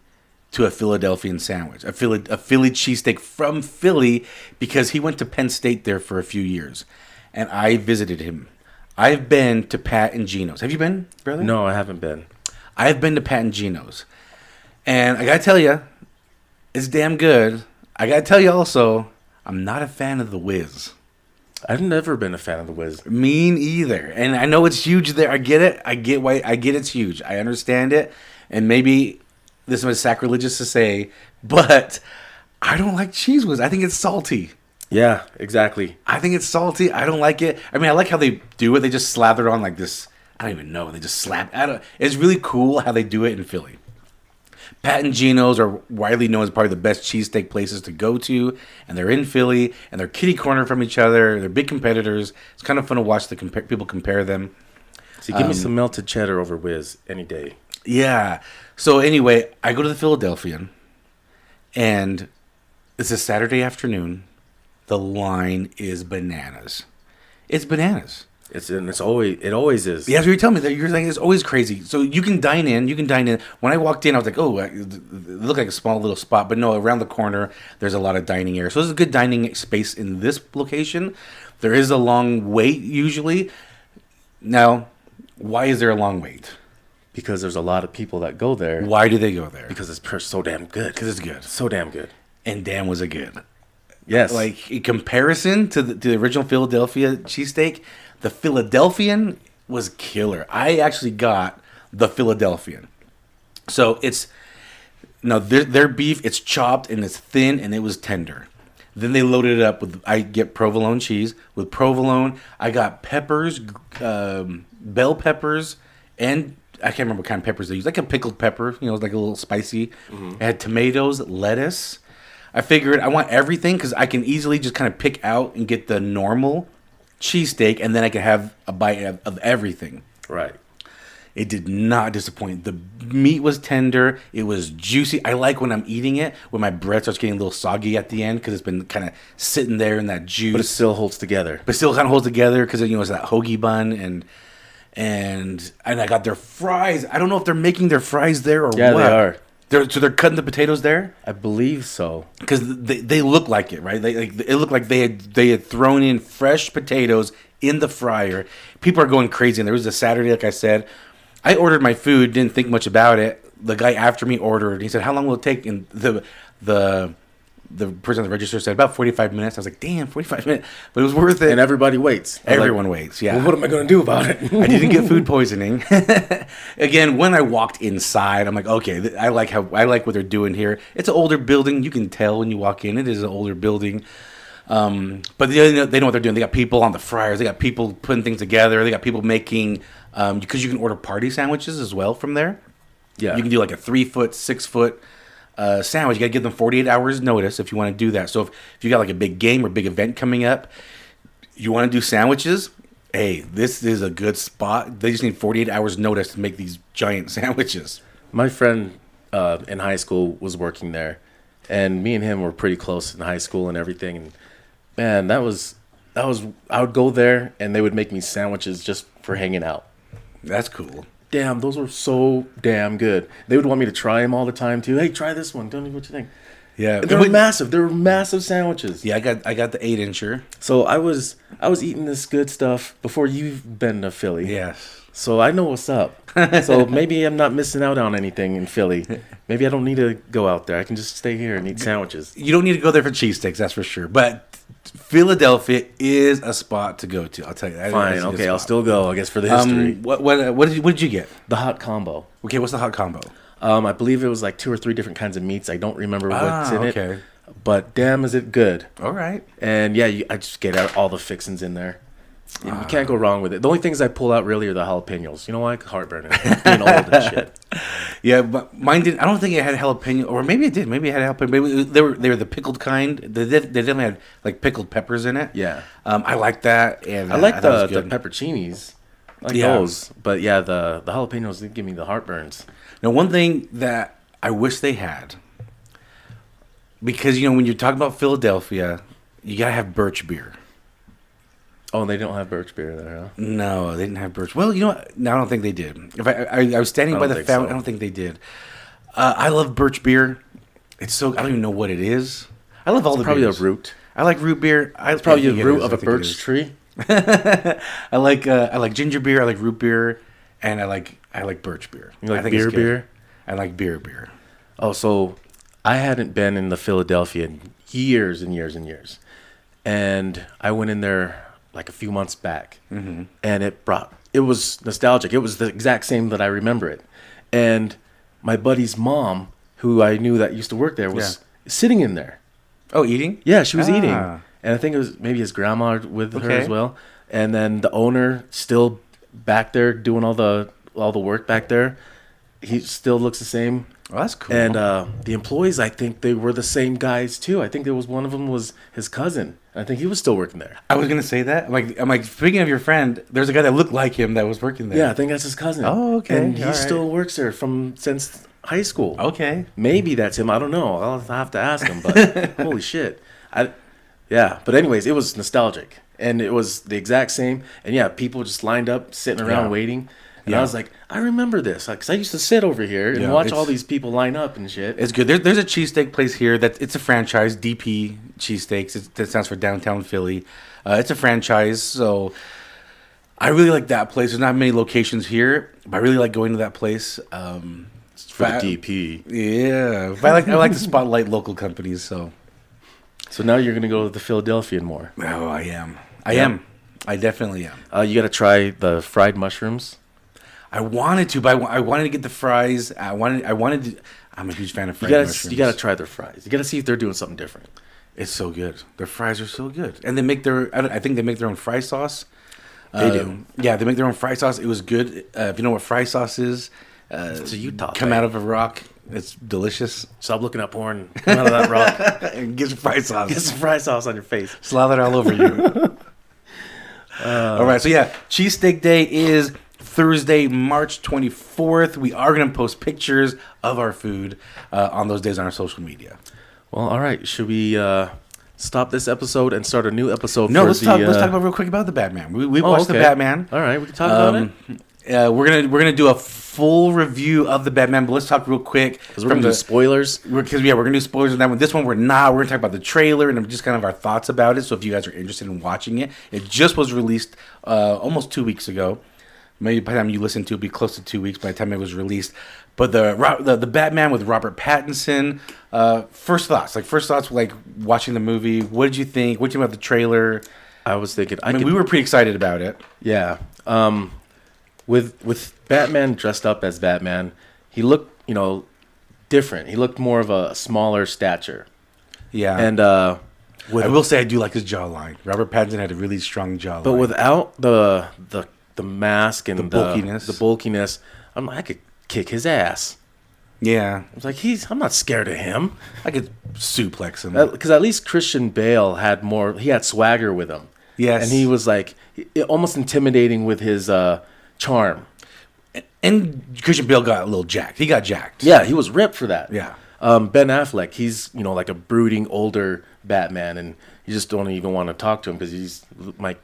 Speaker 2: to a Philadelphian sandwich, a Philly, a Philly cheesesteak from Philly, because he went to Penn State there for a few years, and I visited him. I've been to Pat and Gino's. Have you been, brother?
Speaker 1: No, I haven't been.
Speaker 2: I've been to Pat and Gino's, and I gotta tell you, it's damn good. I gotta tell you also, I'm not a fan of the Whiz.
Speaker 1: I've never been a fan of the Wiz.
Speaker 2: Mean either, and I know it's huge there. I get it. I get why. I get it's huge. I understand it, and maybe this is sacrilegious to say, but I don't like cheese whiz. I think it's salty.
Speaker 1: Yeah, exactly.
Speaker 2: I think it's salty. I don't like it. I mean, I like how they do it. They just slather on like this. I don't even know. They just slap. I don't, it's really cool how they do it in Philly. Pat and Gino's are widely known as probably the best cheesesteak places to go to, and they're in Philly, and they're kitty corner from each other. They're big competitors. It's kind of fun to watch the compa- people compare them.
Speaker 1: See, give me some melted cheddar over Wiz any day.
Speaker 2: Yeah. So anyway, I go to the Philadelphian, and it's a Saturday afternoon. The line is bananas. It's bananas.
Speaker 1: It's and it's always it always is.
Speaker 2: Yeah, that's what you're telling me. That you're like it's always crazy. So you can dine in. You can dine in. When I walked in, I was like, oh, I- it looked like a small little spot, but no, around the corner there's a lot of dining area. So there's a good dining space in this location. There is a long wait usually. Now, why is there a long wait?
Speaker 1: because there's a lot of people that go there
Speaker 2: Why do they go there? Because
Speaker 1: because it's per- so damn good. Because
Speaker 2: it's good.
Speaker 1: so damn good.
Speaker 2: And damn, was it good.
Speaker 1: Yes, like
Speaker 2: Like in comparison to the, to the original Philadelphia cheesesteak, the Philadelphian was killer. I actually got the Philadelphian. So it's no their their beef. It's chopped and it's thin and it was tender. Then they loaded it up with I get provolone cheese with provolone. I got peppers, um, bell peppers, and I can't remember what kind of peppers they use. Like a pickled pepper, you know, it's like a little spicy. I had tomatoes, lettuce. I figured I want everything because I can easily just kind of pick out and get the normal cheesesteak, and then I can have a bite of, of everything.
Speaker 1: right.
Speaker 2: It did not disappoint. The meat was tender. It was juicy. I like when I'm eating it when my bread starts getting a little soggy at the end because it's been kind of sitting there in that juice,
Speaker 1: But it still holds together.
Speaker 2: but still kind of holds together because you know it's that hoagie bun and and and I got their fries. I don't know if they're making their fries there or
Speaker 1: Yeah, they
Speaker 2: what.
Speaker 1: are.
Speaker 2: They're, so they're cutting the potatoes there
Speaker 1: I believe so.
Speaker 2: because they, they look like it, right? They like it looked like they had they had thrown in fresh potatoes in the fryer. People are going crazy, and there was a Saturday, like I said, I ordered my food, didn't think much about it. The guy after me ordered, and he said, "How long will it take?" And the the the person on the register said about forty five minutes. I was like, "Damn, forty five minutes," but it was worth it.
Speaker 1: And everybody waits. I'm like,
Speaker 2: Everyone waits. Yeah.
Speaker 1: well, what am I gonna do about it?
Speaker 2: I didn't get food poisoning. Again, when I walked inside, I'm like, okay, th- I like how I like what they're doing here. It's an older building. You can tell when you walk in. It is an older building. Um, but they know, they know what they're doing. They got people on the fryers. They got people putting things together. They got people making um, because you can order party sandwiches as well from there.
Speaker 1: Yeah.
Speaker 2: You can do like a three foot, six foot uh, sandwich. You got to give them 48 hours notice if you want to do that. So if, if you got like a big game or big event coming up, you want to do sandwiches? Hey, this is a good spot. They just need 48 hours notice to make these giant sandwiches.
Speaker 1: My friend uh, in high school was working there, and me and him were pretty close in high school and everything. And man, that was that was. I would go there, and they would make me sandwiches just for hanging out.
Speaker 2: That's cool.
Speaker 1: Damn, those were so damn good. They would want me to try them all the time too. Hey, try this one. Tell me what you think.
Speaker 2: Yeah.
Speaker 1: They were massive. They were massive sandwiches.
Speaker 2: yeah, I got I got the eight incher.
Speaker 1: So I was I was eating this good stuff before you've been to Philly.
Speaker 2: Yes.
Speaker 1: So I know what's up. so maybe I'm not missing out on anything in Philly. Maybe I don't need to go out there. I can just stay here and eat sandwiches.
Speaker 2: You don't need to go there for cheesesteaks, that's for sure. But Philadelphia is a spot to go to. I'll tell you. that.
Speaker 1: Fine.
Speaker 2: It's a good
Speaker 1: Okay. I'll
Speaker 2: spot.
Speaker 1: still go. I guess for the history.
Speaker 2: Um, what what what did you, what did you get?
Speaker 1: the hot combo.
Speaker 2: Okay, what's the hot combo?
Speaker 1: Um, I believe it was like two or three different kinds of meats. I don't remember what's
Speaker 2: Ah,
Speaker 1: in
Speaker 2: okay.
Speaker 1: it. But damn, is it good?
Speaker 2: All right.
Speaker 1: And yeah, you, I just get out all the fixings in there. You can't go wrong with it. The only things I pull out really are the jalapenos. You know why? 'Cause Heartburn. and Being old and shit.
Speaker 2: Yeah, but mine didn't. I don't think it had jalapeno, or maybe it did. Maybe it had jalapeno. Maybe it- they were they were the pickled kind. They, did, they definitely had like pickled peppers in it.
Speaker 1: Yeah.
Speaker 2: um, I like that. And
Speaker 1: I like
Speaker 2: thought it
Speaker 1: the
Speaker 2: was
Speaker 1: the
Speaker 2: good.
Speaker 1: pepperoncinis. I like
Speaker 2: Yeah.
Speaker 1: those, but yeah, the the jalapenos they give me the heartburns.
Speaker 2: Now, one thing that I wish they had, because you know when you're talking about Philadelphia, you gotta have birch beer.
Speaker 1: Oh, and they don't have birch beer there, huh?
Speaker 2: No, they didn't have birch. Well, you know what? No, I don't think they did. If I I, I was standing
Speaker 1: I
Speaker 2: by
Speaker 1: don't
Speaker 2: the
Speaker 1: think
Speaker 2: fountain,
Speaker 1: so.
Speaker 2: I don't think they did. Uh, I love birch beer. It's so I don't even know what it is. I love all the
Speaker 1: Probably a
Speaker 2: beers.
Speaker 1: root.
Speaker 2: I like root beer. I
Speaker 1: It's probably
Speaker 2: I think
Speaker 1: the
Speaker 2: it
Speaker 1: root
Speaker 2: is.
Speaker 1: of
Speaker 2: I
Speaker 1: a
Speaker 2: think it
Speaker 1: birch
Speaker 2: is.
Speaker 1: tree.
Speaker 2: I like uh, I like ginger beer. I like root beer, and I like I like birch beer.
Speaker 1: You like
Speaker 2: I think it's
Speaker 1: beer
Speaker 2: good.
Speaker 1: beer?
Speaker 2: I like beer beer.
Speaker 1: Oh, so I hadn't been in the Philadelphia in years and years and years, and I went in there like a few months back, and it brought it was nostalgic. It was the exact same that I remember it, and my buddy's mom, who I knew that used to work there, was sitting in there.
Speaker 2: Oh, eating?
Speaker 1: Yeah, she was eating,
Speaker 2: Ah.
Speaker 1: and I think it was maybe his grandma with her
Speaker 2: Okay.
Speaker 1: as well. And then the owner still back there doing all the all the work back there. He still looks the same.
Speaker 2: Oh, that's cool.
Speaker 1: And uh, the employees, I think they were the same guys too. I think there was one of them was his cousin. I think he was still working there.
Speaker 2: I was gonna say that. I'm like I'm like speaking of your friend, there's a guy that looked like him that was working there.
Speaker 1: Yeah, I think that's his cousin.
Speaker 2: Oh, okay.
Speaker 1: And he
Speaker 2: All right. Oh,
Speaker 1: still works there from since high school.
Speaker 2: Okay.
Speaker 1: Maybe that's him. I don't know. I'll have to ask him. But holy shit, I yeah. But anyways, it was nostalgic, and it was the exact same. And yeah, people just lined up, sitting around
Speaker 2: Yeah.
Speaker 1: waiting. And
Speaker 2: Yeah.
Speaker 1: I was like, I remember this, like, 'cause I used to sit over here and
Speaker 2: Yeah,
Speaker 1: watch
Speaker 2: it's-
Speaker 1: all these people line up and shit.
Speaker 2: It's good. There, there's a cheesesteak place here that it's a franchise, DP Cheesesteaks. It's, that stands for Downtown Philly. Uh, it's a franchise, so I really like that place. There's not many locations here, but I really like going to that place. Um,
Speaker 1: for
Speaker 2: but-
Speaker 1: the DP.
Speaker 2: Yeah, but I like I like to spotlight local companies. So
Speaker 1: So now you're gonna go to the Philadelphian more.
Speaker 2: oh, I am. I
Speaker 1: Yeah.
Speaker 2: am. I definitely am.
Speaker 1: Uh, you got to try the fried mushrooms.
Speaker 2: I wanted to, but I, wa- I wanted to get the fries. I wanted. I wanted to. I'm a huge fan of
Speaker 1: You
Speaker 2: fried
Speaker 1: got to
Speaker 2: mushrooms.
Speaker 1: you got to try their fries. You got to see if they're doing something different.
Speaker 2: It's so good. Their fries are so good, and they make their. I, don't- I think they make their own fry sauce. Um,
Speaker 1: They do.
Speaker 2: Yeah, they make their own fry sauce. It was good. Uh, if you know what fry sauce is, uh,
Speaker 1: a Utah
Speaker 2: Come
Speaker 1: thing.
Speaker 2: out of a rock. It's delicious.
Speaker 1: Stop looking up porn. Come out of that rock.
Speaker 2: and get some fry sauce.
Speaker 1: Get some fry sauce on your face.
Speaker 2: Slather all over you. Uh, all right, so yeah, Cheesesteak Day is Thursday, March 24th. We are going to post pictures of our food uh, on those days on our social media.
Speaker 1: Well, all right. Should we uh, stop this episode and start a new episode?
Speaker 2: No,
Speaker 1: for
Speaker 2: let's
Speaker 1: the,
Speaker 2: talk. Let's
Speaker 1: uh,
Speaker 2: talk about real quick about the Batman. We, we
Speaker 1: oh,
Speaker 2: watched the
Speaker 1: okay.
Speaker 2: Batman.
Speaker 1: All right, we can talk about it.
Speaker 2: Um, uh, we're gonna we're gonna do a full review of the Batman, but let's talk real quick
Speaker 1: Because we're gonna do spoilers.
Speaker 2: because yeah, we're gonna do spoilers on that one. This one we're not. We're gonna talk about the trailer and just kind of our thoughts about it. So if you guys are interested in watching it, it just was released uh, almost two weeks ago. Maybe by the time you listen to it, it'll be close to two weeks by the time it was released. But the Ro- the, the Batman with Robert Pattinson. Uh, first thoughts, like first thoughts, like watching the movie. What did you think? What did you think about the trailer?
Speaker 1: I was thinking. I,
Speaker 2: I mean,
Speaker 1: could,
Speaker 2: we were pretty excited about it.
Speaker 1: Yeah. Um, with with Batman dressed up as Batman, he looked you know different. He looked more of a smaller stature,
Speaker 2: Yeah,
Speaker 1: and uh, with
Speaker 2: I will say I do like his jawline. Robert Pattinson had a really strong jawline.
Speaker 1: But without the the the mask and the,
Speaker 2: bulkiness.
Speaker 1: the bulkiness, I'm like, I could kick his ass.
Speaker 2: yeah,
Speaker 1: I was like, he's I'm not scared of him
Speaker 2: I could suplex him.
Speaker 1: because at least Christian Bale had more. He had swagger with him.
Speaker 2: Yes.
Speaker 1: and he was like i- almost intimidating with his uh, charm.
Speaker 2: and Christian Bale got a little jacked. He got jacked.
Speaker 1: Yeah, he was ripped for that.
Speaker 2: Yeah.
Speaker 1: Um, ben Affleck, he's you know like a brooding older Batman, and you just don't even want to talk to him because he's might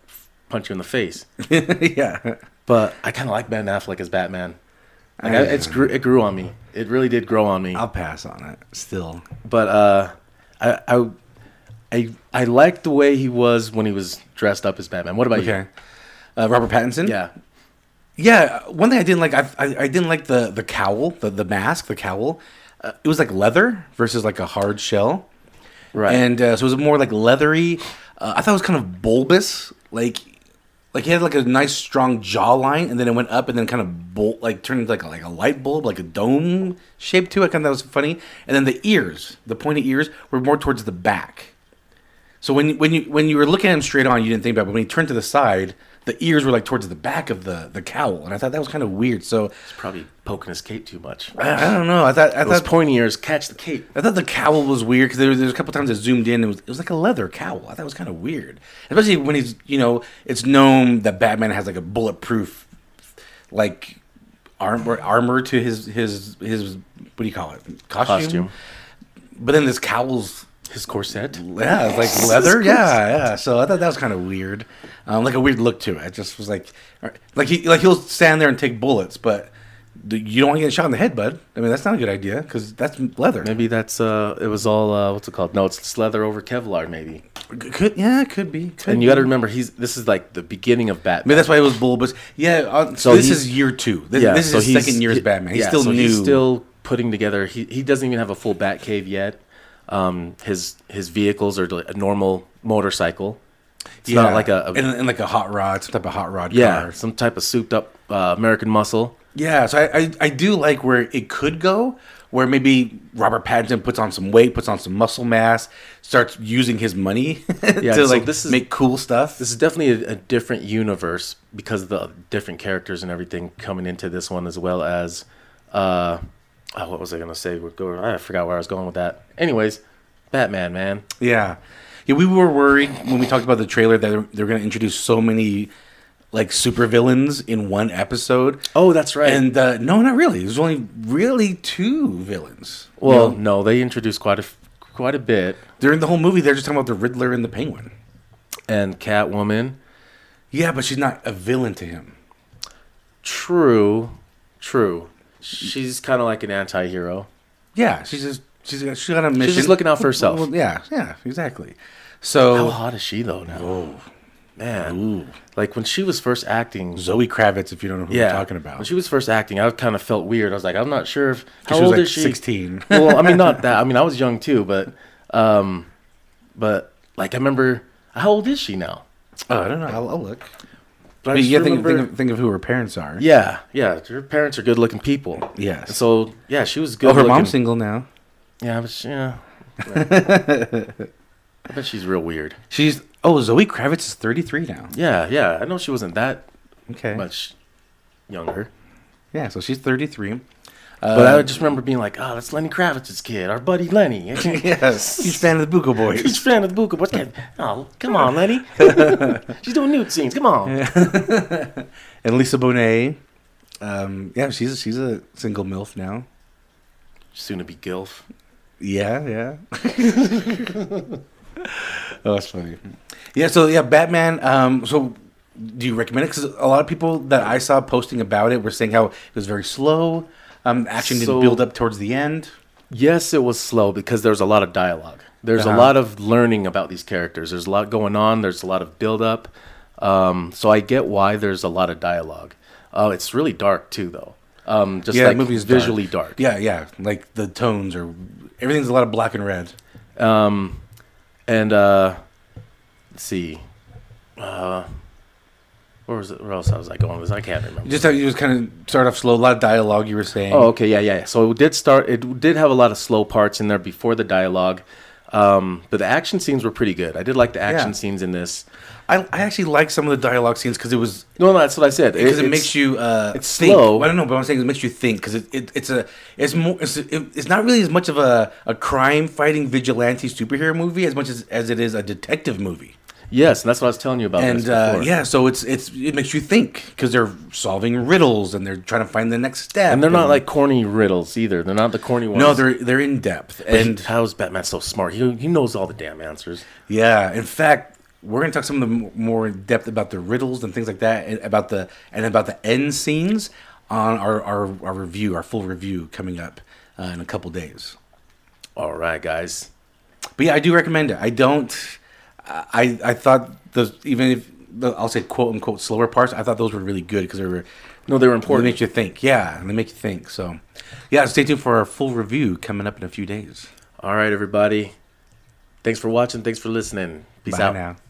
Speaker 1: punch you in the face.
Speaker 2: yeah.
Speaker 1: But I kind of like Ben Affleck as Batman. Like
Speaker 2: I-
Speaker 1: I, it's grew, it grew on me. It really did grow on me.
Speaker 2: I'll pass on it. Still,
Speaker 1: But uh, I, I I I liked the way he was when he was dressed up as Batman. What about
Speaker 2: okay. Uh, Robert Pattinson.
Speaker 1: you? Yeah,
Speaker 2: yeah. One thing I didn't like, I, I, I didn't like the the cowl, the, the mask, the cowl. Uh, it was like leather versus like a hard shell.
Speaker 1: right.
Speaker 2: And uh, so it was more like leathery. Uh, I thought it was kind of bulbous, like like he had like a nice strong jawline, and then it went up and then kind of bolt like turned into like a, like a light bulb, like a dome shape to it. Kind of that was funny. And then the ears, the pointed ears, were more towards the back. So when when you when you were looking at him straight on, you didn't think about. it, But when he turned to the side, the ears were like towards the back of the the cowl, and I thought that was kind of weird. So
Speaker 1: Probably poking his cape too much.
Speaker 2: I, I don't know. I thought I
Speaker 1: Those
Speaker 2: thought
Speaker 1: pointy ears catch the cape.
Speaker 2: I thought the cowl was weird because there, was- there was a couple times I zoomed in. And it was it was like a leather cowl. I thought it was kind of weird, especially when he's you know it's known that Batman has like a bulletproof like armor armor to his his his what do you call it costume?
Speaker 1: Costume.
Speaker 2: But then this cowl's
Speaker 1: His corset.
Speaker 2: yeah, it's like leather. Yeah, yeah. So I thought that was kind of weird, um, like a weird look to it. I just was like, all right. like he like he'll stand there and take bullets, but. th- You don't want to get shot in the head, bud. I mean, that's not a good idea because that's leather.
Speaker 1: Maybe that's uh, it was all uh, what's it called? No, it's it's leather over Kevlar maybe.
Speaker 2: C- Could yeah, it could be. Could
Speaker 1: And
Speaker 2: be.
Speaker 1: you got to remember, he's this is like the beginning of
Speaker 2: I mean,
Speaker 1: Batman.
Speaker 2: that's why it was bulbous. Yeah. Uh, so
Speaker 1: So
Speaker 2: this
Speaker 1: he's-
Speaker 2: is year two. This,
Speaker 1: yeah,
Speaker 2: this is
Speaker 1: so
Speaker 2: his
Speaker 1: he's-
Speaker 2: second year as Batman. He's
Speaker 1: yeah,
Speaker 2: still
Speaker 1: so
Speaker 2: new.
Speaker 1: He's still putting together. He he doesn't even have a full Bat Cave yet. Um, his his vehicles are like a normal motorcycle. It's
Speaker 2: yeah.
Speaker 1: not like a, a-
Speaker 2: and, and like a hot rod, some type of hot rod
Speaker 1: yeah,
Speaker 2: car.
Speaker 1: some type of souped up uh, American Muscle.
Speaker 2: Yeah. So I, I I do like where it could go, where maybe Robert Pattinson puts on some weight, puts on some muscle mass, starts using his money to
Speaker 1: so
Speaker 2: like
Speaker 1: this is-
Speaker 2: make cool stuff.
Speaker 1: This is definitely a, a different universe because of the different characters and everything coming into this one, as well as uh, oh, what was I gonna say? We're going, I forgot where I was going with that. Anyways, Batman, man.
Speaker 2: Yeah. Yeah, we were worried when we talked about the trailer that they're, they're going to introduce so many like supervillains in one episode.
Speaker 1: Oh, that's right. And
Speaker 2: And uh, no, not really. There's only really two villains.
Speaker 1: well, no, they introduced quite a f- quite a bit,
Speaker 2: During the whole movie, they're just talking about the Riddler and the Penguin.
Speaker 1: and Catwoman.
Speaker 2: Yeah, but she's not a villain to him.
Speaker 1: True, true. She's kind of like an anti-hero.
Speaker 2: Yeah, she's just she's got, she's got a mission.
Speaker 1: just looking out for herself.
Speaker 2: Well, yeah, yeah, exactly.
Speaker 1: How
Speaker 2: So,
Speaker 1: hot is she though now?
Speaker 2: oh,
Speaker 1: Man,
Speaker 2: ooh,
Speaker 1: like when she was first acting,
Speaker 2: Zoe Kravitz, if you don't know who
Speaker 1: yeah,
Speaker 2: we're talking
Speaker 1: When
Speaker 2: about,
Speaker 1: she was first acting, I kind of felt weird. I was like, I'm not sure if how
Speaker 2: she was
Speaker 1: old
Speaker 2: like
Speaker 1: is she?
Speaker 2: 16.
Speaker 1: well, I mean, not that. I mean, I was young too, but, um, but like I remember, how old is she now?
Speaker 2: oh, I don't know. I'll, I'll look.
Speaker 1: But I
Speaker 2: But
Speaker 1: just
Speaker 2: you gotta think,
Speaker 1: remember-
Speaker 2: think, of, think of who her parents are.
Speaker 1: yeah, yeah. Her parents are good-looking people.
Speaker 2: Yes.
Speaker 1: So yeah, she was good.
Speaker 2: oh, her mom's single now.
Speaker 1: Yeah, but she, yeah. I bet she's real weird.
Speaker 2: She's oh, Zoe Kravitz is 33 now.
Speaker 1: Yeah, yeah. I know she wasn't that
Speaker 2: Okay.
Speaker 1: much younger.
Speaker 2: Yeah, so she's Uh, 33.
Speaker 1: But I just remember being like, oh, that's Lenny Kravitz's kid, our buddy Lenny. I can't-
Speaker 2: Yes, he's fan of the Buko
Speaker 1: He's
Speaker 2: Boys.
Speaker 1: a fan of the Buka. What's that? Oh, come on, Lenny. She's doing nude scenes. Come on.
Speaker 2: and Lisa Bonet. Um, yeah, she's she's a single milf now.
Speaker 1: Soon to be Gilf.
Speaker 2: Yeah, yeah. oh, that's funny. Yeah, so yeah, Batman. Um, so do you recommend it? Because a lot of people that I saw posting about it were saying how it was very slow. Um, action didn't
Speaker 1: So-
Speaker 2: build up towards the end.
Speaker 1: Yes, it was slow because there's a lot of dialogue. There's a
Speaker 2: Uh-huh.
Speaker 1: lot of learning about these characters. There's a lot going on. There's a lot of buildup. Um, so I get why there's a lot of dialogue. Uh, it's really dark too, though. Um, just
Speaker 2: Yeah,
Speaker 1: like
Speaker 2: the movie is dark.
Speaker 1: visually dark.
Speaker 2: Yeah, yeah. Like the tones are everything's a lot of black and red.
Speaker 1: Um, and uh, let's see, uh, where was it? Where else I was I going with this? I can't remember.
Speaker 2: Just how you just kind of start off slow. A lot of dialogue. You were saying.
Speaker 1: Oh, okay, yeah, yeah. So it did start. It did have a lot of slow parts in there before the dialogue, um, but the action scenes were pretty good. I did like the action
Speaker 2: Yeah.
Speaker 1: scenes in this.
Speaker 2: I, I actually like some of the dialogue scenes because it was
Speaker 1: No, no, that's what I said.
Speaker 2: because it,
Speaker 1: it's-
Speaker 2: makes you uh,
Speaker 1: it's
Speaker 2: think.
Speaker 1: slow.
Speaker 2: Well, I don't know, but I'm saying it makes you think because it, it, it's a it's more it's, it, it's not really as much of a, a crime fighting vigilante superhero movie as much as, as it is a detective movie.
Speaker 1: yes, and that's what I was telling you about.
Speaker 2: And
Speaker 1: this
Speaker 2: uh,
Speaker 1: before.
Speaker 2: yeah, so it's it's it makes you think because they're solving riddles and they're trying to find the next step.
Speaker 1: and they're not like corny riddles either. They're not the corny ones.
Speaker 2: no, they're they're in depth
Speaker 1: and
Speaker 2: and
Speaker 1: how's Batman so smart? He he knows all the damn answers.
Speaker 2: Yeah, in fact, we're gonna talk some of the m- more in depth about the riddles and things like that, and about the and about the end scenes on our our, our review, our full review coming up uh, in a couple days.
Speaker 1: All right, guys.
Speaker 2: But yeah, I do recommend it. I don't. I I thought the even if the, I'll say quote unquote slower parts, I thought those were really good because they were
Speaker 1: No, they were
Speaker 2: they
Speaker 1: important.
Speaker 2: make you think. Yeah, and they make you think. So yeah, stay tuned for our full review coming up in a few days.
Speaker 1: All right, everybody. Thanks for watching. Thanks for listening. Peace
Speaker 2: Bye
Speaker 1: out.
Speaker 2: now.